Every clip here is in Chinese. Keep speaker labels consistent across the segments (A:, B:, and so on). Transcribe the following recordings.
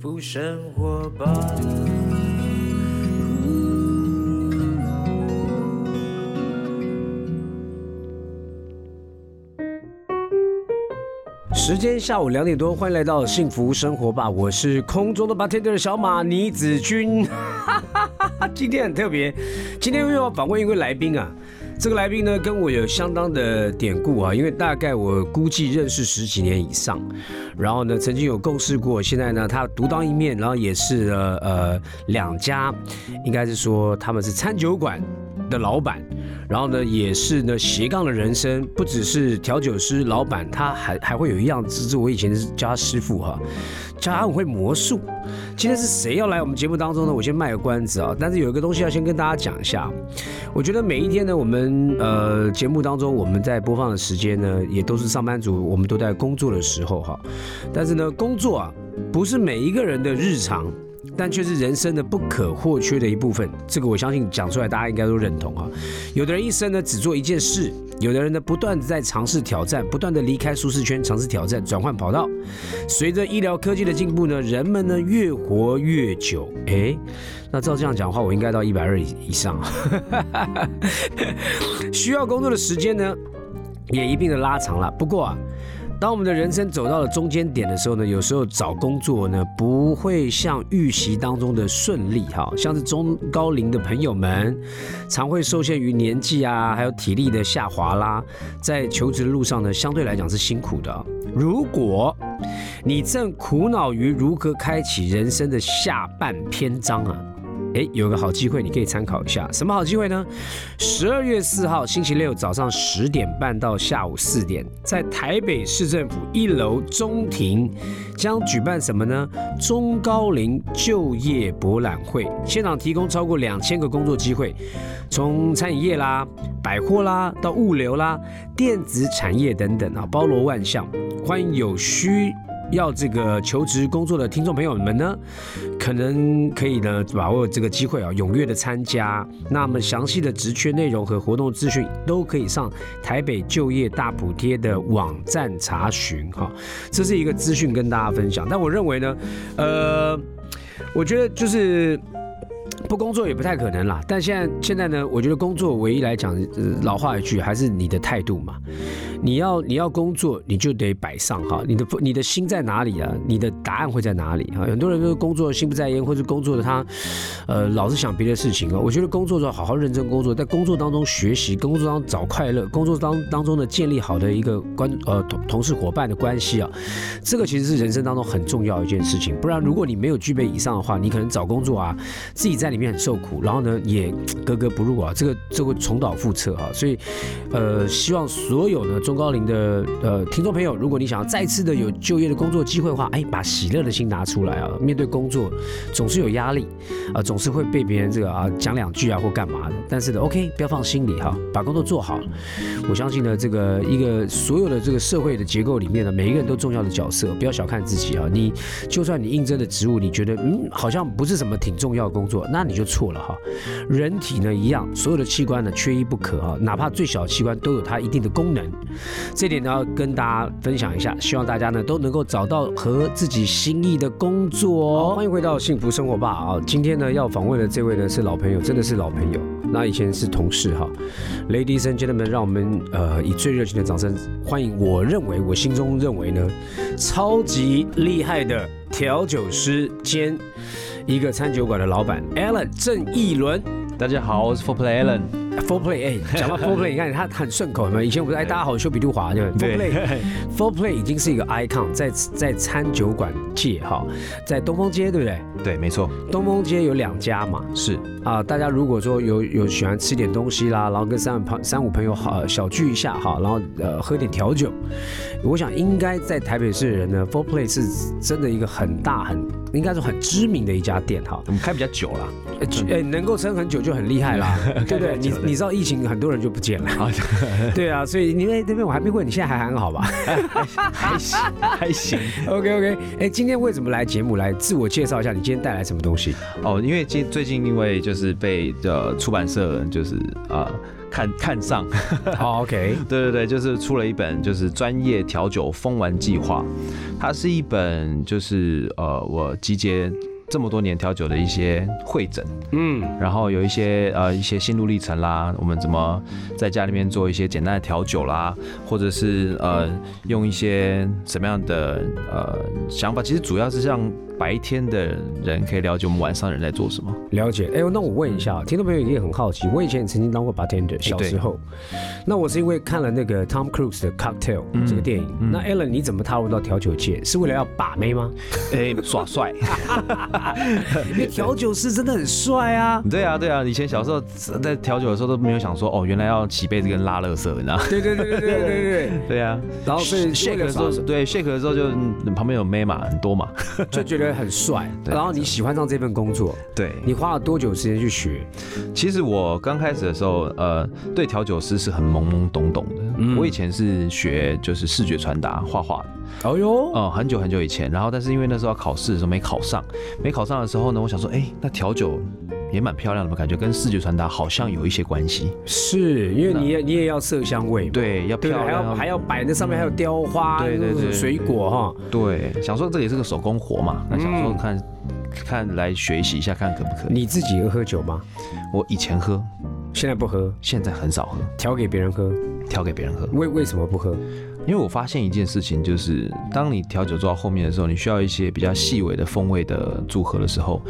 A: 福生活吧。时间下午两点多，欢迎来到幸福生活吧，我是空中的 bartender 小马倪子君。 今天很特别，今天又要访问一位来宾啊。这个来宾呢，跟我有相当的典故啊，因为大概我估计认识十几年以上，然后呢，曾经有共事过，现在呢，他独当一面，然后也是呃呃两家，应该是说他们是餐酒馆的老板，然后呢，也是呢斜杠的人生，不只是调酒师老板，他还还会有一样，这是我以前是叫他师傅哈、叫他很会魔术。今天是谁要来我们节目当中呢？我先卖个关子啊，但是有一个东西要先跟大家讲一下。我觉得每一天呢，我们呃节目当中我们在播放的时间呢，也都是上班族，我们都在工作的时候哈。但是呢，工作啊不是每一个人的日常。但却是人生的不可或缺的一部分，这个我相信讲出来大家应该都认同啊哈。有的人一生呢只做一件事，有的人呢不断的在尝试挑战，不断的离开舒适圈，尝试挑战，转换跑道。随着医疗科技的进步呢，人们呢越活越久。诶，那照这样讲的话，我应该到一百二以上啊。 需要工作的时间呢，也一并的拉长了。不过啊，当我们的人生走到了中间点的时候呢，有时候找工作呢不会像预习当中的顺利哈，像是中高龄的朋友们，常会受限于年纪啊，还有体力的下滑啦，在求职路上呢，相对来讲是辛苦的啊。如果你正苦恼于如何开启人生的下半篇章啊，诶，有个好机会你可以参考一下。什么好机会呢？十二月四号星期六早上十点半到下午四点，在台北市政府一楼中庭将举办什么呢？中高龄就业博览会，现场提供超过两千个工作机会，从餐饮业啦、百货啦到物流啦、电子产业等等啊，包罗万象。欢迎有需要这个求职工作的听众朋友们呢，可能可以呢把握这个机会啊，踊跃的参加。那么详细的职缺内容和活动资讯都可以上台北就业大补贴的网站查询哈。这是一个资讯跟大家分享。但我认为呢，呃，我觉得就是。不工作也不太可能啦，但现在现在呢，我觉得工作唯一来讲，呃老话一句，还是你的态度嘛。你要你要工作，你就得摆上哈，你的你的心在哪里啊？你的答案会在哪里啊？很多人都是工作心不在焉，或是工作的他，呃，老是想别的事情哦。我觉得工作的时候好好认真工作，在工作当中学习，工作当中找快乐，工作当当中呢建立好的一个关呃同同事伙伴的关系啊，这个其实是人生当中很重要的一件事情。不然如果你没有具备以上的话，你可能找工作啊，自己在里面很受苦，然后呢也格格不入啊，这个这个重蹈覆辙啊。所以，呃，希望所有的中高龄的呃听众朋友，如果你想要再次的有就业的工作机会的话，哎，把喜乐的心拿出来啊，面对工作总是有压力啊、总是会被别人这个啊讲两句啊或干嘛的，但是呢，OK，不要放心里哈、把工作做好了。我相信呢，这个一个所有的这个社会的结构里面呢，每一个人都重要的角色，不要小看自己啊。你就算你应征的职务，你觉得嗯好像不是什么挺重要的工作，那你就错了哈。人体呢一样，所有的器官呢缺一不可啊，哪怕最小的器官都有它一定的功能。这点呢要跟大家分享一下，希望大家呢都能够找到合自己心意的工作哦。欢迎回到幸福生活吧啊！今天呢要访问的这位呢是老朋友，真的是老朋友，那以前是同事哈。Ladies and gentlemen，让我们呃以最热情的掌声欢迎，我认为我心中认为呢，超级厉害的调酒师兼一个餐酒馆的老板 Alan 郑义伦。
B: 大家好，我是 For Play Allen。
A: Four play，哎、讲 到 Four play，你看他很顺口，有没有？以前我们说哎，大家好，我是修比杜华，对不对？Four play。Four Play 已经是一个 icon，在在餐酒馆界哈，在东风街对不对？
B: 对，没错，
A: 东风街有两家嘛，
B: 是
A: 啊，大家如果说有有喜欢吃点东西啦，然后跟三五朋三五朋友好小聚一下哈，然后呃喝点调酒，我想应该在台北市的人呢，Four Play 是真的一个很大很应该说很知名的一家店哈，
B: 我们开比较久了。
A: 呃就哎能够撑很久就很厉害 啦，对不对？你你知道疫情很多人就不见了，
B: 啊，
A: 对啊，所以你那那边我还没问你现在还很好吧？
B: 还行，还 行
A: OK OK，哎、今天为什么来节目来自我介绍一下？你今天带来 什么东西？
B: 哦。因为最最近因为就是被呃出版社就是呃看看上。
A: 好，OK，
B: 对对对，就是出了一本就是专业调酒疯玩计划，它是一本就是呃我集结这么多年调酒的一些会诊，
A: 嗯，
B: 然后有一些呃一些心路历程啦，我们怎么在家里面做一些简单的调酒啦，或者是呃用一些什么样的呃想法，其实主要是让白天的人可以了解我们晚上人在做什么。
A: 了解。哎、呦，那我问一下，听众朋友也很好奇，我以前也曾经当过 bartender，小时候，那我是因为看了那个 Tom Cruise 的 Cocktail、这个电影，那 Alan 你怎么踏入到调酒界？是为了要把妹 吗？
B: 哎、耍帅。
A: 因为调酒师真的很帅啊。
B: 对啊，对啊，以前小时候在调酒的时候都没有想说，哦，原来要洗被子跟拉垃圾，你知道？
A: 对对对对对对对对。
B: 对啊，
A: 然后所以
B: shake
A: 为
B: 的
A: 了
B: 时候，
A: 耍
B: 对 shake 的时候就嗯旁边有妹嘛，很多嘛。
A: 就觉得很帅，
B: 嗯对
A: 然后你喜欢上这份工作，
B: 对
A: 你花了多久时间去学？
B: 其实我刚开始的时候，呃，对调酒师是很懵懵懂懂的。我以前是学就是视觉传达画画的，
A: 哦哟，
B: 哦、很久很久以前。然后但是因为那时候要考试的时候没考上，没考上的时候呢，我想说，哎，那调酒也蛮漂亮的嘛，感觉跟视觉传达好像有一些关系。
A: 是因为你也你也要色香味嘛，
B: 对，要
A: 对不
B: 漂
A: 对？还要
B: 亮，嗯
A: 还要摆那上面还有雕花，
B: 对对
A: 那种
B: 对
A: 水果哈。
B: 对，想说这也是个手工活嘛，那想说
A: 嗯
B: 看、看来学习一下，看可不可以。
A: 你自己喝酒吗？
B: 我以前喝，
A: 现在不喝，
B: 现在很少喝，
A: 调给别人喝。
B: 调给别人喝，
A: 为为什么不喝？
B: 因为我发现一件事情，就是当你调酒做到后面的时候，你需要一些比较细微的风味的组合的时候，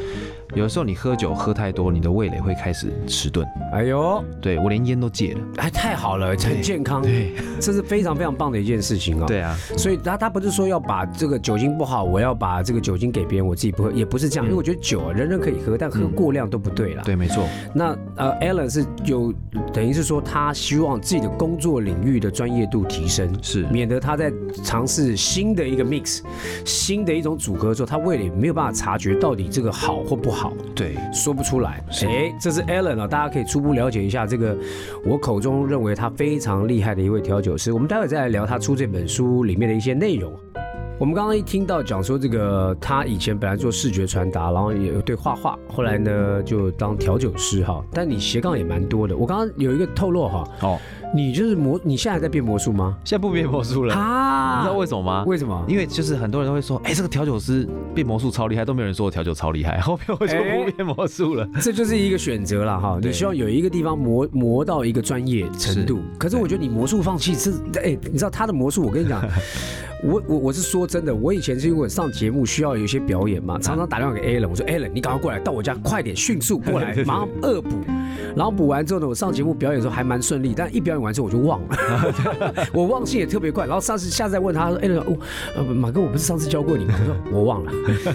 B: 有的时候你喝酒喝太多，你的味蕾会开始迟钝。
A: 哎呦，
B: 对我连烟都戒了。
A: 哎，太好了，很健康，
B: 对
A: 这是非常非常棒的一件事情啊。。
B: 对啊，
A: 所以他他不是说要把这个酒精不好，我要把这个酒精给别人，我自己不喝，也不是
B: 嗯
A: 这样，因为我觉得酒啊，人人可以喝，但喝过量都不对啦。
B: 对，没错。
A: 那呃，Alan 是有等于是说，他希望自己的工作领域的专业度提升，
B: 是
A: 免得他在尝试新的一个 mix、新的一种组合的时候，他味蕾没有办法察觉到底这个好或不好，
B: 对，
A: 说不出来。哎，这是 Alan 啊，大家可以初步了解一下这个我口中认为他非常厉害的一位调酒师。我们待会再来聊他出这本书里面的一些内容。我们刚刚一听到讲说这个，他以前本来做视觉传达，然后也对画画，后来呢就当调酒师哈。但你斜杠也蛮多的。我刚刚有一个透露哈，
B: 哦，
A: 你就是魔，你现在还在变魔术吗？
B: 现在不变魔术了，你
A: 啊
B: 知道为什么吗？
A: 为什么？
B: 因为就是很多人都会说，哎、这个调酒师变魔术超厉害，都没有人说我调酒超厉害， 后面我就
A: 哎
B: 不变魔术了。
A: 这就是一个选择了哈，你
B: 对
A: 希望有一个地方磨磨到一个专业程度。可是我觉得你魔术放弃是，哎，你知道他的魔术，我跟你讲，我我我是说真的，我以前是因为我上节目需要有一些表演嘛，常常打电话给 Alan，我说 Alan，你赶快过来到我家，快点，迅速过来，马上恶补。然后补完之后呢，我上节目表演的时候还蛮顺利，但一表演完之后我就忘 了，我忘性也特别快。然后上次下次再问他说：“哎、那个哦，呃，马哥，我不是上次教过你吗？”我说：“我忘了。”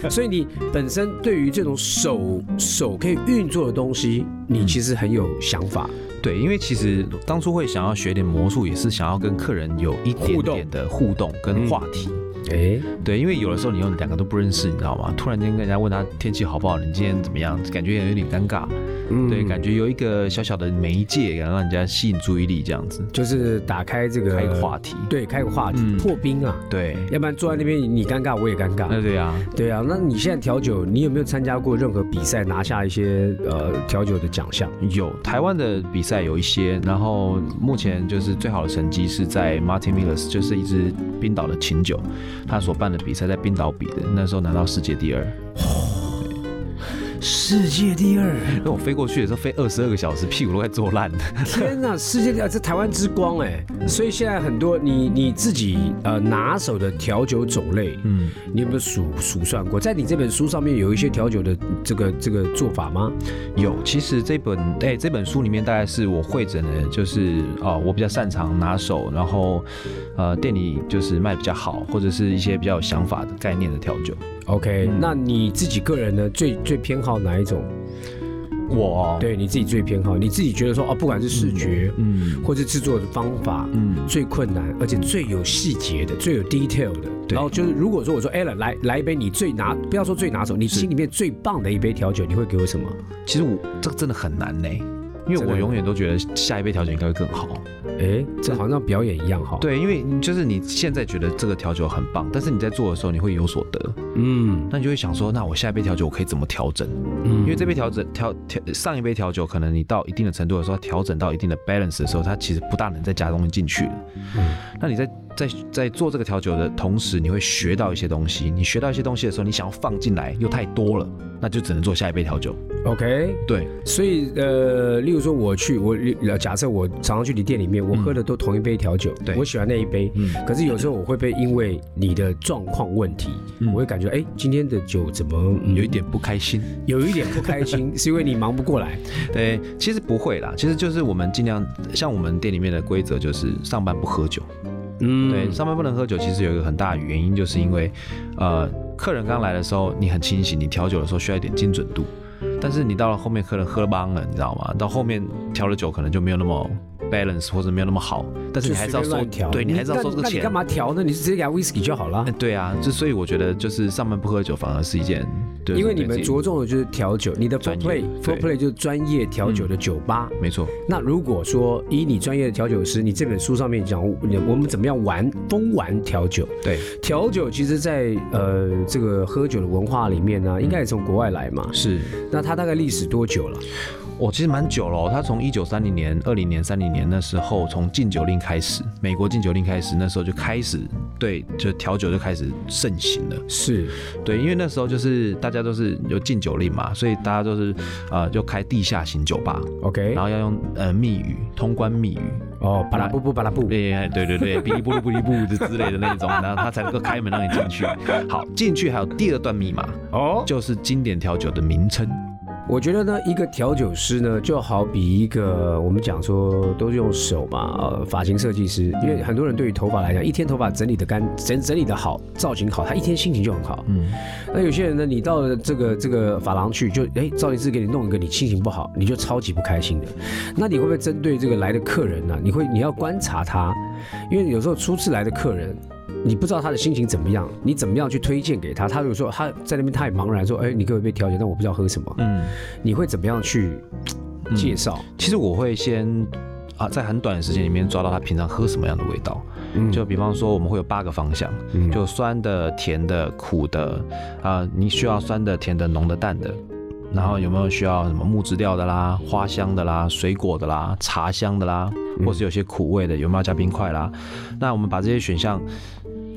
A: 所以你本身对于这种手手可以运作的东西，你其实很有想法。
B: 对，因为其实当初会想要学点魔术，也是想要跟客人有一点
A: 互动
B: 点的互动跟话题。
A: 哎、
B: 对，因为有的时候你又两个都不认识，你知道吗？突然间跟人家问他天气好不好，你今天怎么样，感觉有点尴尬。
A: 嗯
B: 对，感觉有一个小小的媒介，然后让人家吸引注意力，这样子
A: 就是打开这个
B: 开一个话题。
A: 对，开个话题、
B: 嗯
A: 破冰啊，
B: 对，
A: 要不然坐在那边你尴尬我也尴尬。
B: 那对啊，
A: 对啊，那你现在调酒，你有没有参加过任何比赛，拿下一些呃调酒的奖项？
B: 有台湾的比赛有一些，然后目前就是最好的成绩是在 Martin Millers，就是一支冰岛的琴酒，他所办的比赛在冰岛比的，那时候拿到世界第二。
A: 世界第二。
B: 那我飞过去的时候飞二十二个小时，屁股都快坐烂了。
A: 天呐，世界第二，这台湾之光哎！所以现在很多你你自己呃拿手的调酒种类，
B: 嗯，
A: 你有没有数数算过？在你这本书上面有一些调酒的这个这个做法吗？
B: 有，其实这本哎、这本书里面大概是我会诊的，就是哦我比较擅长拿手，然后呃店里就是卖比较好，或者是一些比较有想法的概念的调酒。
A: OK，、那
B: 嗯
A: 你自己个人呢，最最偏好哪一种？
B: 我，哦
A: 对你自己最偏好，你自己觉得说哦，不管是视觉，
B: 嗯
A: 或是制作的方法，
B: 嗯，
A: 最困难，而且最有细节的、最有 detail 的。
B: 对
A: 然后就是，如果说我说 Alan 来来一杯你最拿，不要说最拿手，你心里面最棒的一杯调酒，你会给我什么？
B: 其实我这个真的很难呢、因为
A: 真的
B: 我永远都觉得下一杯调酒应该会更好。
A: 哎，这好像表演一样哈。，
B: 对，因为你就是你现在觉得这个调酒很棒，但是你在做的时候你会有所得，
A: 嗯
B: 那你就会想说，那我下一杯调酒我可以怎么调整？
A: 嗯，
B: 因为这杯调整调调上一杯调酒，可能你到一定的程度的时候，调整到一定的 balance 的时候，它其实不大能再加东西进去了。那你在在在做这个调酒的同时，你会学到一些东西。你学到一些东西的时候，你想要放进来又太多了，那就只能做下一杯调酒。
A: OK，
B: 对，
A: 所以呃，例如说我去我呃假设我常常去你店里面，我喝的都同一杯调酒，
B: 对
A: 我喜欢那一杯。
B: 嗯
A: 可是有时候我会被因为你的状况问题，
B: 嗯
A: 我会感觉哎、今天的酒怎么、嗯
B: 有一点不开心。
A: 有一点不开 心，是因为你忙不过来。
B: 对，其实不会啦，其实就是我们尽量像我们店里面的规则就是上班不喝酒。
A: 嗯
B: 对，上班不能喝酒，其实有一个很大的原因，就是因为，呃，客人刚来的时候你很清醒，你调酒的时候需要一点精准度，但是你到了后面客人喝了帮了，你知道吗？到后面调的酒可能就没有那么 balance 或者没有那么好，但是
A: 就
B: 你还是要
A: 随便
B: 收
A: 乱调，
B: 对你还是要
A: 那
B: 收这个
A: 那你
B: 钱
A: 干。嘛调呢？你直接给他 whisky 就好了
B: 哎。对啊，就所以我觉得就是上班不喝酒反而是一件，对，
A: 因为
B: 对
A: 你们
B: 自己
A: 着重的就是调酒，你的 f o r
B: 专
A: play
B: 业
A: f o r
B: 对嗯
A: play 就是专业调酒的酒吧。
B: 没错，
A: 那如果说以你专业的调酒师，你这本书上面讲，你我们怎么样玩疯玩调酒？
B: 对，
A: 调酒其实在，呃这个喝酒的文化里面呢、应该也从国外来嘛。
B: 是
A: 那它大概历史多久了？
B: 我、其实蛮久了、哦，他从一九三零年、二零年、三零年那时候，从禁酒令开始，美国禁酒令开始，那时候就开始对，就调酒就开始盛行了。
A: 是，
B: 对，因为那时候就是大家都是有禁酒令嘛，所以大家都是呃，就开地下型酒吧，
A: OK，
B: 然后要用呃密语，通关密语，
A: 哦，巴拉布布巴拉布，
B: 对对对对，哔哩咕噜哔哩咕噜的之类的那种，然后他才能够开门让你进去。好，进去还有第二段密码，
A: 哦，
B: 就是经典调酒的名称。
A: 我觉得呢，一个调酒师呢，就好比一个我们讲说都是用手嘛，呃，发型设计师，因为很多人对于头发来讲，一天头发整理的干整整理的好，造型好，他一天心情就很好。
B: 嗯，
A: 那有些人呢，你到了这个这个发廊去，就哎，造型师给你弄一个，你心情不好，你就超级不开心的。那你会不会针对这个来的客人呢、你会你要观察他，因为有时候初次来的客人。你不知道他的心情怎么样，你怎么样去推荐给他？他如果说他在那边他也茫然说，哎，你给我一杯调酒，但我不知道喝什么。
B: 嗯。
A: 你会怎么样去嘖介绍？
B: 其实我会先啊，在很短的时间里面抓到他平常喝什么样的味道。
A: 嗯
B: 就比方说，我们会有八个方向，
A: 嗯
B: 就酸的、甜的、苦的，啊、你需要酸的、甜的、浓的、淡的。然后有没有需要什么木质调的啦、花香的啦、水果的啦、茶香的啦，
A: 嗯
B: 或是有些苦味的，有没有加冰块啦？那我们把这些选项，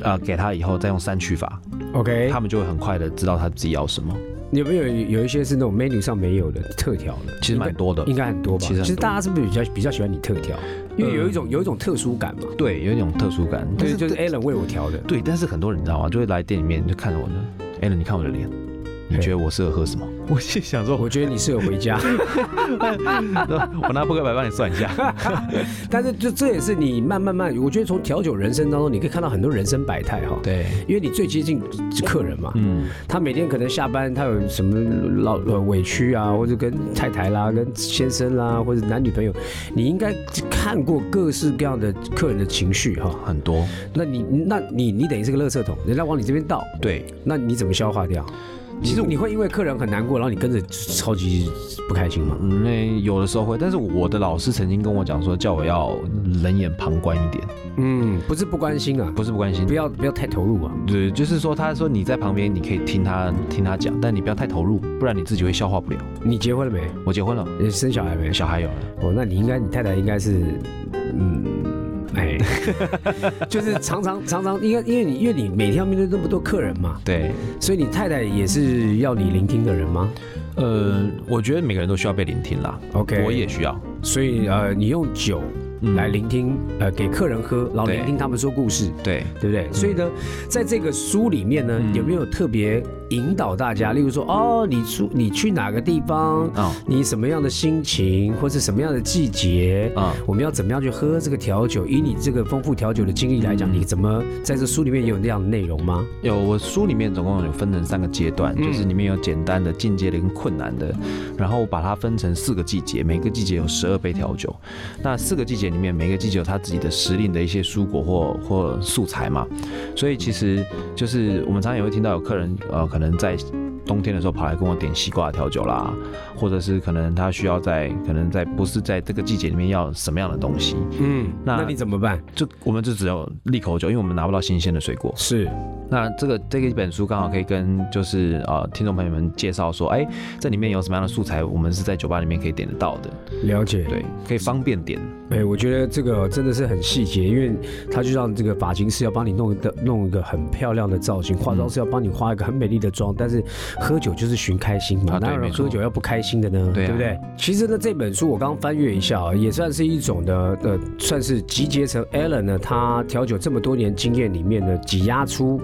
B: 啊给他以后再用删去法，
A: OK，
B: 他们就会很快的知道他自己要什么。
A: 有没有有一些是那种 menu 上没有的特调的？
B: 其实蛮多的
A: 应，该很多吧。
B: 其实很多嗯
A: 大家是不是比较比较喜欢你特调？因为有一种有一种特殊感嘛。
B: 对，有一种特殊感。
A: 但是就是 Alan 为我调的。
B: 对，但是很多人你知道吗？就会来店里面就看着我呢，艾伦，你看我的脸，你觉得我适合喝什么？ 我心想说，
A: 我觉得你适合回 家，
B: 我拿扑克牌帮你算一下。
A: 但是就这也是你慢慢慢，我觉得从调酒人生当中，你可以看到很多人生百态哈。，
B: 对，
A: 因为你最接近客人嘛，
B: 嗯，
A: 他每天可能下班，他有什么老呃委屈啊，或者跟太太啦、跟先生啦，或者男女朋友，你应该看过各式各样的客人的情绪哈、
B: 很多。
A: 那你那你你等于是个垃圾桶，人家往你这边倒，
B: 对，
A: 那你怎么消化掉？其实你会因为客人很难过，然后你跟着超级不开心吗？
B: 嗯，那有的时候会，但是我的老师曾经跟我讲说，叫我要冷眼旁观一点，
A: 嗯，不是不关心啊，
B: 不是不关心
A: 不。要不要太投入啊。
B: 对，就是说，他说你在旁边，你可以听他听他讲，但你不要太投入，不然你自己会消化不了。
A: 你结婚了没？
B: 我结婚了，
A: 你生小孩没？
B: 小孩有了，
A: 哦，那你应该，你太太应该是，嗯，哎， 就是常常常常，应该因为你因为你每天要面对那么多客人嘛，
B: 对，
A: 所以你太太也是要你聆听的人吗
B: 呃，我觉得每个人都需要被聆听啦
A: ？OK，
B: 我也，需要。
A: 所以呃，你用酒
B: 嗯
A: 来聆听，呃，给客人喝，然后
B: 对
A: 聆听他们说故事。
B: 对，
A: 对不对？所以呢，在这个书里面呢，有没有特别引导大家？例如说，哦，你出你去哪个地方，
B: 啊、
A: 你什么样的心情，或是什么样的季节，
B: 啊、
A: 我们要怎么样去喝这个调酒？以你这个丰富调酒的经历来讲，你怎么在这书里面也有那样的内容吗？
B: 有，我书里面总共有分成三个阶段，就是里面有简单的、进阶的跟困难的，然后把它分成四个季节，每个季节有十二杯调酒。那四个季节里面，每个季节有它自己的时令的一些蔬果或或素材嘛，所以其实就是我们常常也会听到有客人呃，可能在。冬天的时候跑来跟我点西瓜调酒啦，或者是可能他需要在可能在不是在这个季节里面要什么样的东西，
A: 嗯，那
B: 那
A: 你怎么办？
B: 就我们就只有利口酒，因为我们拿不到新鲜的水果。
A: 是
B: 那这个这个一本书刚好可以跟就是呃听众朋友们介绍说，哎、这里面有什么样的素材，我们是在酒吧里面可以点得到的，
A: 了解，
B: 对，可以方便点。
A: 哎、我觉得这个真的是很细节，因为他就让这个发型师要帮你弄的弄一个很漂亮的造型，化
B: 嗯
A: 妆师要帮你化一个很美丽的妆，但是喝酒就是寻开心嘛，
B: 啊对
A: 哪有人
B: 没错
A: 喝酒要不开心的呢？
B: 对啊
A: 不对？其实呢，这本书我刚翻阅一下啊，也算是一种的呃，算是集结成 Alan 呢，他调酒这么多年经验里面呢，挤压出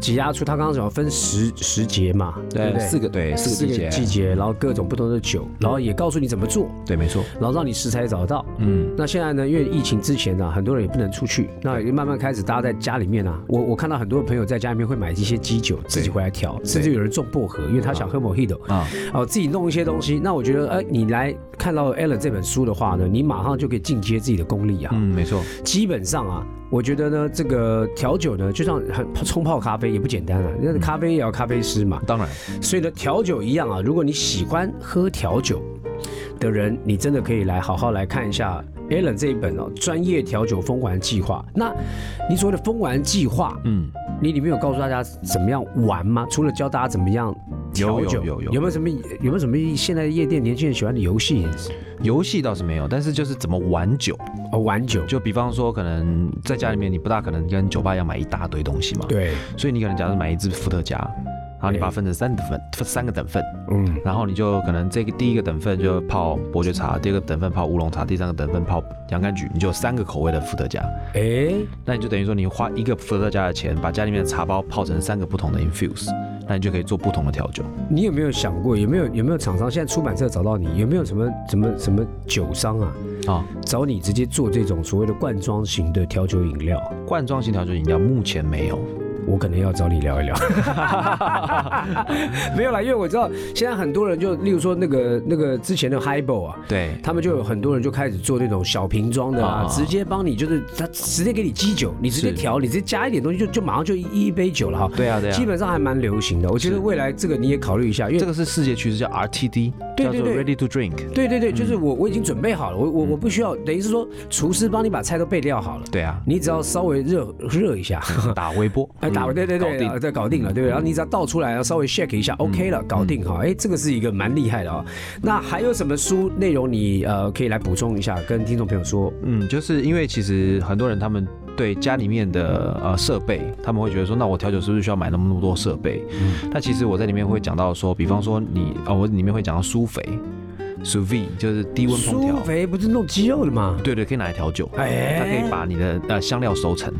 A: 挤压出他刚刚讲分十十节嘛，对不对？
B: 四个对四
A: 四
B: 个季
A: 个
B: 节，
A: 季节，然后各种不同的酒，然后也告诉你怎么做，
B: 对，没错，
A: 然后让你食材找得到。
B: 嗯，
A: 那现在呢，因为疫情之前呢、很多人也不能出去，那也慢慢开始大家在家里面啊，我我看到很多朋友在家里面会买一些基酒自己回来调，甚至有人种薄荷，因为他想喝 Mojito，
B: 啊，
A: 哦，自己弄一些东西。那我觉得，哎、你来看到 Alan 这本书的话呢，你马上就可以进阶自己的功力啊。
B: 嗯，没错，
A: 基本上啊，我觉得呢，这个调酒呢，就像很冲泡咖啡也不简单啊，那咖啡也要咖啡师嘛，
B: 当然，
A: 所以呢，调酒一样啊，如果你喜欢喝调酒的人，你真的可以来好好来看一下 Alan 这一本哦，《专业调酒疯玩计划》。那你所谓的疯玩计划，
B: 嗯，
A: 你里面有告诉大家怎么样玩吗？除了教大家怎么样调
B: 有
A: 酒，
B: 有有有
A: 有没有什么有没有什么现在夜店年轻人喜欢的游戏？
B: 游戏倒是没有，但是就是怎么玩酒，
A: 哦，玩酒，
B: 就比方说可能在家里面你不大可能跟酒吧一样买一大堆东西嘛，，
A: 对，
B: 所以你可能假设买一支伏特加，然后你把它分成三等份，三个等份，
A: 嗯，
B: 然后你就可能这个第一个等份就泡伯爵茶，第二个等份泡乌龙茶，第三个等份泡洋甘菊，你就有三个口味的伏特加，
A: 哎，
B: 那你就等于说你花一个伏特加的钱，把家里面的茶包泡成三个不同的 infuse，那你就可以做不同的调酒。
A: 你有没有想过，有没有有没有厂商现在出版社找到你，有没有什么什么什么酒商啊？
B: 啊、
A: 找你直接做这种所谓的罐装型的调酒饮料，
B: 罐装型调酒饮料目前没有，
A: 我可能要找你聊一聊。 没有啦，因为我知道现在很多人就，例如说那个那个之前的 Highball 啊。
B: 对，
A: 他们就有很多人就开始做那种小瓶装的啊，
B: 啊
A: 直接帮你就是他直接给你基酒，你直接
B: 是
A: 调，你直接加一点东西就就马上就一一杯酒了哈。
B: 对啊，对啊
A: 基。本上还蛮流行的。我觉得
B: 是
A: 未来这个你也考虑一下，因为
B: 这个是世界趋势，叫 RTD，
A: 对
B: 叫做
A: 对
B: Ready to Drink。
A: 对对对，就是我我已经准备好了，我我我不需要，等于是说厨师帮你把菜都备料好了，
B: 对啊，
A: 你只要稍微热热一下，
B: 打微波，
A: 哎，
B: 嗯
A: 打对对
B: 搞
A: 对，
B: 定
A: 啊对，搞定了，嗯对不对？然后你只要倒出来，然后稍微 shake 一下，OK 了，搞定哈。哎，这个是一个蛮厉害的哦。那还有什么书内容你呃可以来补充一下，跟听众朋友说？
B: 嗯，就是因为其实很多人他们对家里面的呃设备，他们会觉得说，那我调酒是不是需要买那么多设备？
A: 嗯
B: 那其实我在里面会讲到说，比方说你啊、我里面会讲到苏肥，sous v 就是低温烹
A: 苏
B: 调，
A: 肥不是弄鸡肉的吗？
B: 对对，可以拿来调酒，
A: 哎
B: 它可以把你的呃香料 收成，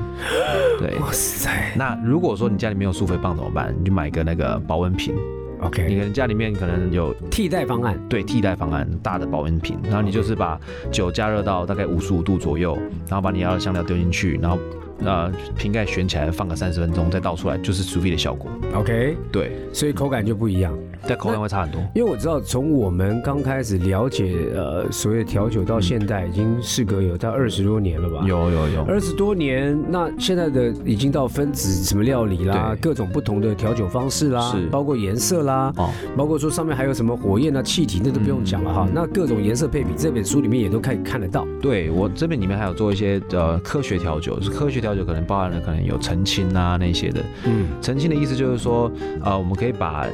B: 对。
A: 哇塞
B: 那如果说你家里没有苏肥棒怎么办？你就买个那个保温瓶，你
A: ，OK，
B: 可能家里面可能有
A: 替代方案
B: 对替代方案大的保温瓶，然后你就是把酒加热到大概五十五度左右，然后把你要的香料丢进去，然后呃瓶盖旋起来放个三十分钟，再倒出来就是 sous vide 的效果。
A: ，OK，
B: 对，
A: 所以口感就不一样。
B: 但口感会差很多。
A: 因为我知道，从我们刚开始了解呃所谓的调酒到现在，已经事隔有到二十多年了吧？
B: 有有有，
A: 二十多年，那现在的已经到分子什么料理啦，
B: 对
A: 各种不同的调酒方式啦
B: 是，
A: 包括颜色啦，
B: 哦，
A: 包括说上面还有什么火焰啊、气体，那都不用讲了哈。那各种颜色配比，这本书里面也都可以看得到。
B: 嗯对我这边里面还有做一些呃科学调酒，科学调酒可能包含了可能有澄清啊那些的。
A: 嗯，
B: 澄清的意思就是说，呃，我们可以把。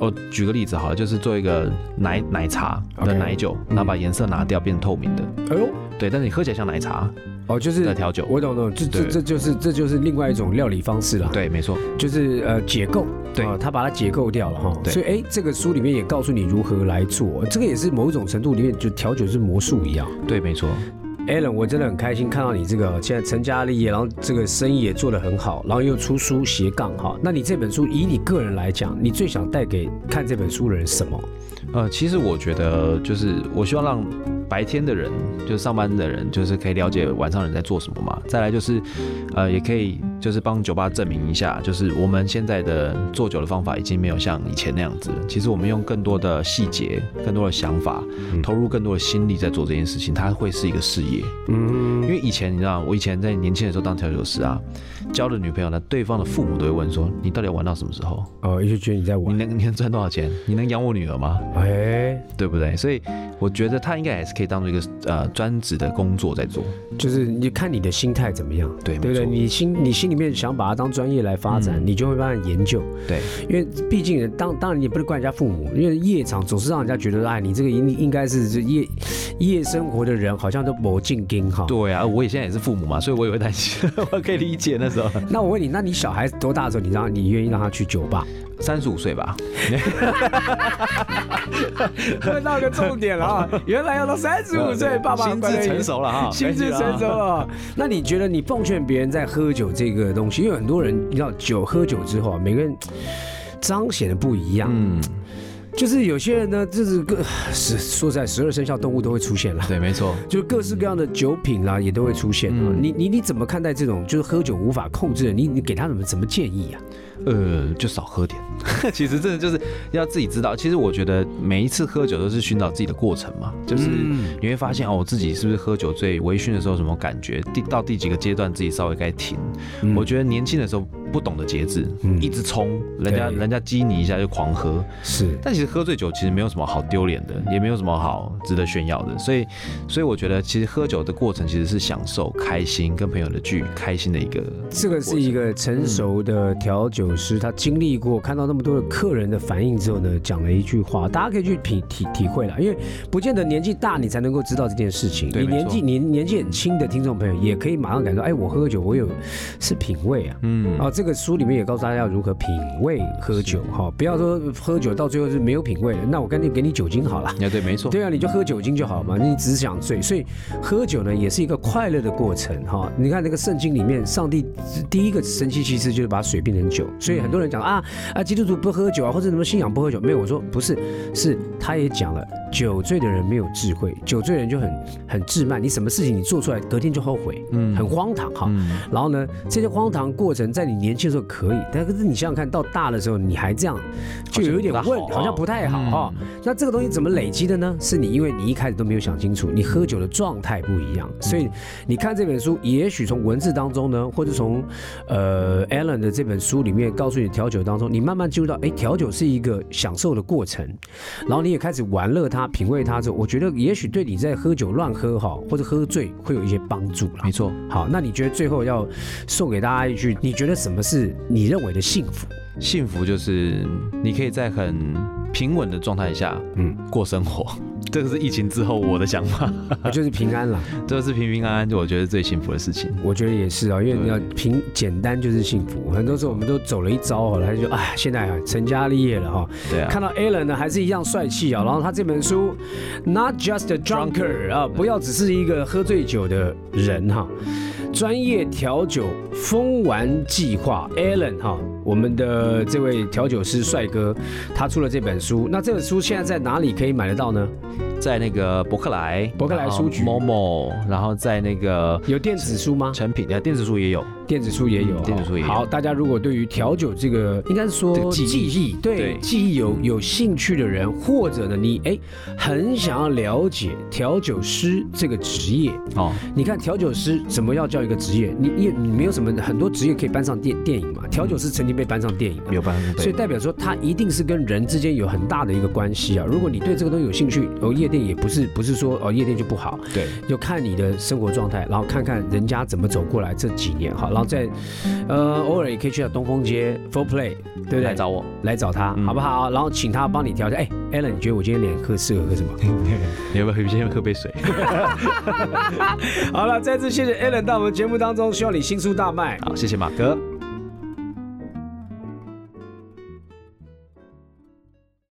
B: 哦，举个例子好了，就是做一个奶奶茶
A: OK
B: 的奶酒，然后把颜色拿掉，变透明的。
A: 哎呦，
B: 对，但是你喝起来像奶茶
A: 哦，就是
B: 的调酒。
A: 我懂懂，这这
B: 对
A: 这就是这就是另外一种料理方式啦。
B: 对，没错，
A: 就是呃解构，
B: 对
A: 啊他把它解构掉了哈。
B: 对
A: 所以哎，这个书里面也告诉你如何来做，这个也是某种程度里面就调酒是魔术一样。
B: 对，没错，
A: Alan，我真的很开心看到你这个现在成家立业，然后这个生意也做得很好，然后又出书斜杠哈。那你这本书以你个人来讲，你最想带给看这本书的人什么？
B: 呃，其实我觉得就是我希望让白天的人，就是上班的人，就是可以了解晚上人在做什么嘛。再来就是，呃，也可以就是帮酒吧证明一下，就是我们现在的做酒的方法已经没有像以前那样子了。其实我们用更多的细节、更多的想法，投入更多的心力在做这件事情，它会是一个事业。因
A: 嗯，
B: 为以前你知道，我以前在年轻的时候当调酒师啊，交了女朋友呢，对方的父母都会问说，你到底要玩到什么时候？
A: 哦，一直觉得你在
B: 你
A: 玩，
B: 能你能赚多少钱？你能养我女儿吗？
A: 哎，
B: 对不对？所以我觉得他应该还是可以当做一个呃专职的工作在做。
A: 就是你看你的心态怎么样，
B: 对
A: 对不对？嗯
B: 没错
A: 你心你心里面想把它当专业来发展，你就会慢慢研究，
B: 对，
A: 因为毕竟当当然你也不能怪人家父母，因为夜场总是让人家觉得，哎，你这个应应该是这夜夜生活的人好像都没进根哈。
B: 对啊，我也现在也是父母嘛，所以我也会担心， 我可以理解那时候
A: 那我问你，那你小孩多大的时候，你让你愿意让他去酒 吧？
B: 三十五岁吧，
A: 问到个重点了 啊！原来要到三十五岁，爸爸
B: 呃心
A: 本来
B: 智成熟了哈，
A: 心智成熟了。那你觉得你奉劝别人在喝酒这个东西，因为很多人你知道酒喝酒之后啊，每个人彰显的不一样。
B: 嗯，
A: 就是有些人呢，就是各是 说实在十二生肖动物都会出现了。
B: 对，没错。
A: 就各式各样的酒品啦、也都会出现、啊
B: 嗯
A: 你你你怎么看待这种就是喝酒无法控制的？你你给他什么什么建议啊？
B: 呃，就少喝点。 其实真的就是要自己知道。其实我觉得每一次喝酒都是寻找自己的过程嘛，就是
A: 嗯
B: 你会发现哦，我自己是不是喝酒醉、微醺的时候有什么感觉，第到第几个阶段自己稍微该停。
A: 嗯
B: 我觉得年轻的时候不懂得节制，一直冲，人家
A: 对
B: 人家激你一下就狂喝。
A: 是
B: 但其实喝醉酒其实没有什么好丢脸的，
A: 嗯
B: 也没有什么好值得炫耀的。所以，所以我觉得其实喝酒的过程其实是享受、开心，跟朋友的聚，开心的一个。
A: 这个是一个成熟的调酒师，他经历过看到那么多的客人的反应之后呢，讲了一句话，大家可以去体体体会了，因为不见得年纪大你才能够知道这件事情，
B: 对
A: 你
B: 没
A: 年纪
B: 错
A: 你年纪很轻的听众朋友也可以马上感受，哎，我喝酒我有是品味啊。
B: 嗯
A: 啊，这个书里面也告诉大家要如何品味喝酒哈、不要说喝酒到最后是没有品味的，那我干脆给你酒精好了。
B: 啊，对，没错。
A: 对啊，你就喝酒精就好嘛，你只是想醉，所以喝酒呢也是一个快乐的过程哈、你看那个圣经里面，上帝第一个神奇其实就是把水变成酒，所以很多人讲啊啊，基督徒不喝酒啊，或者什么信仰不喝酒，没有，我说不是，是他也讲了，酒醉的人没有智慧，酒醉的人就很很自慢，你什么事情你做出来，隔天就后悔，嗯，很荒唐哈。然后呢，这些荒唐过程在你年轻的时候可以，但可是你想想看到大的时候，你还这样，就有一点问，好啊嗯
B: 好
A: 像
B: 像
A: 不
B: 不
A: 太好哈、那这个东西怎么累积的呢？是你因为你一开始都没有想清楚，你喝酒的状态不一样，所以你看这本书，也许从文字当中呢，或者从呃 Alan 的这本书里面告诉你调酒当中，你慢慢进入到，哎，调酒是一个享受的过程，然后你也开始玩乐它、品味它之后，我觉得也许对你在喝酒乱喝哈，或者喝醉会有一些帮助啦
B: 没。错，
A: 好，那你觉得最后要送给大家一句，你觉得什么是你认为的幸福？
B: 幸福就是你可以在很平稳的状态下，
A: 嗯
B: 嗯，过生活。 这个是疫情之后我的想法，
A: 啊就是平安啦。
B: 这个是平平安安，就我觉得最幸福的事情。
A: 我觉得也是啊，因为你要平简单就是幸福。很多时候我们都走了一遭哦，他就哎，现在啊成家立业了哈、
B: 对啊，
A: 看到 Alan 呢，还是一样帅气啊。然后他这本书《Not Just a Drunker》啊，不要只是一个喝醉酒的人哈、专业调酒疯玩计划，Alan 哈、我们的这位调酒师帅哥，他出了这本书。那这本书现在在哪里可以买得到呢？
B: 在那个伯克莱，
A: 伯克莱书局
B: ，Momo，然后在那个
A: 有电子书吗？
B: 成品，呃，电子书也有。
A: 电子书也有，啊
B: 嗯电子书也有
A: 好，大家如果对于调酒这个，应该是说
B: 这个记忆
A: 忆，对
B: 对
A: 记忆有有兴趣的人，或者呢，你哎很想要了解调酒师这个职业。
B: 哦，
A: 你看调酒师怎么要叫一个职业？你你你没有什么很多职业可以搬上电电影嘛？调酒师曾经被搬上电影嘛？
B: 有办法。
A: 所以代表说，它一定是跟人之间有很大的一个关系啊。如果你对这个东西有兴趣，哦，夜店也不是不是说哦夜店就不好，
B: 对，
A: 就看你的生活状态，然后看看人家怎么走过来这几年哈，然后再，呃，偶尔也可以去到东风街 Full Play，对不对？
B: 来找我。嗯
A: 来找他、好不好？然后请他帮你调一下。哎，Alan，你觉得我今天脸喝适合喝 什么？
B: 你要不要先喝杯水？
A: 好了，再次谢谢 Alan 到我们节目当中，希望你新书大卖。
B: 好，谢谢马哥。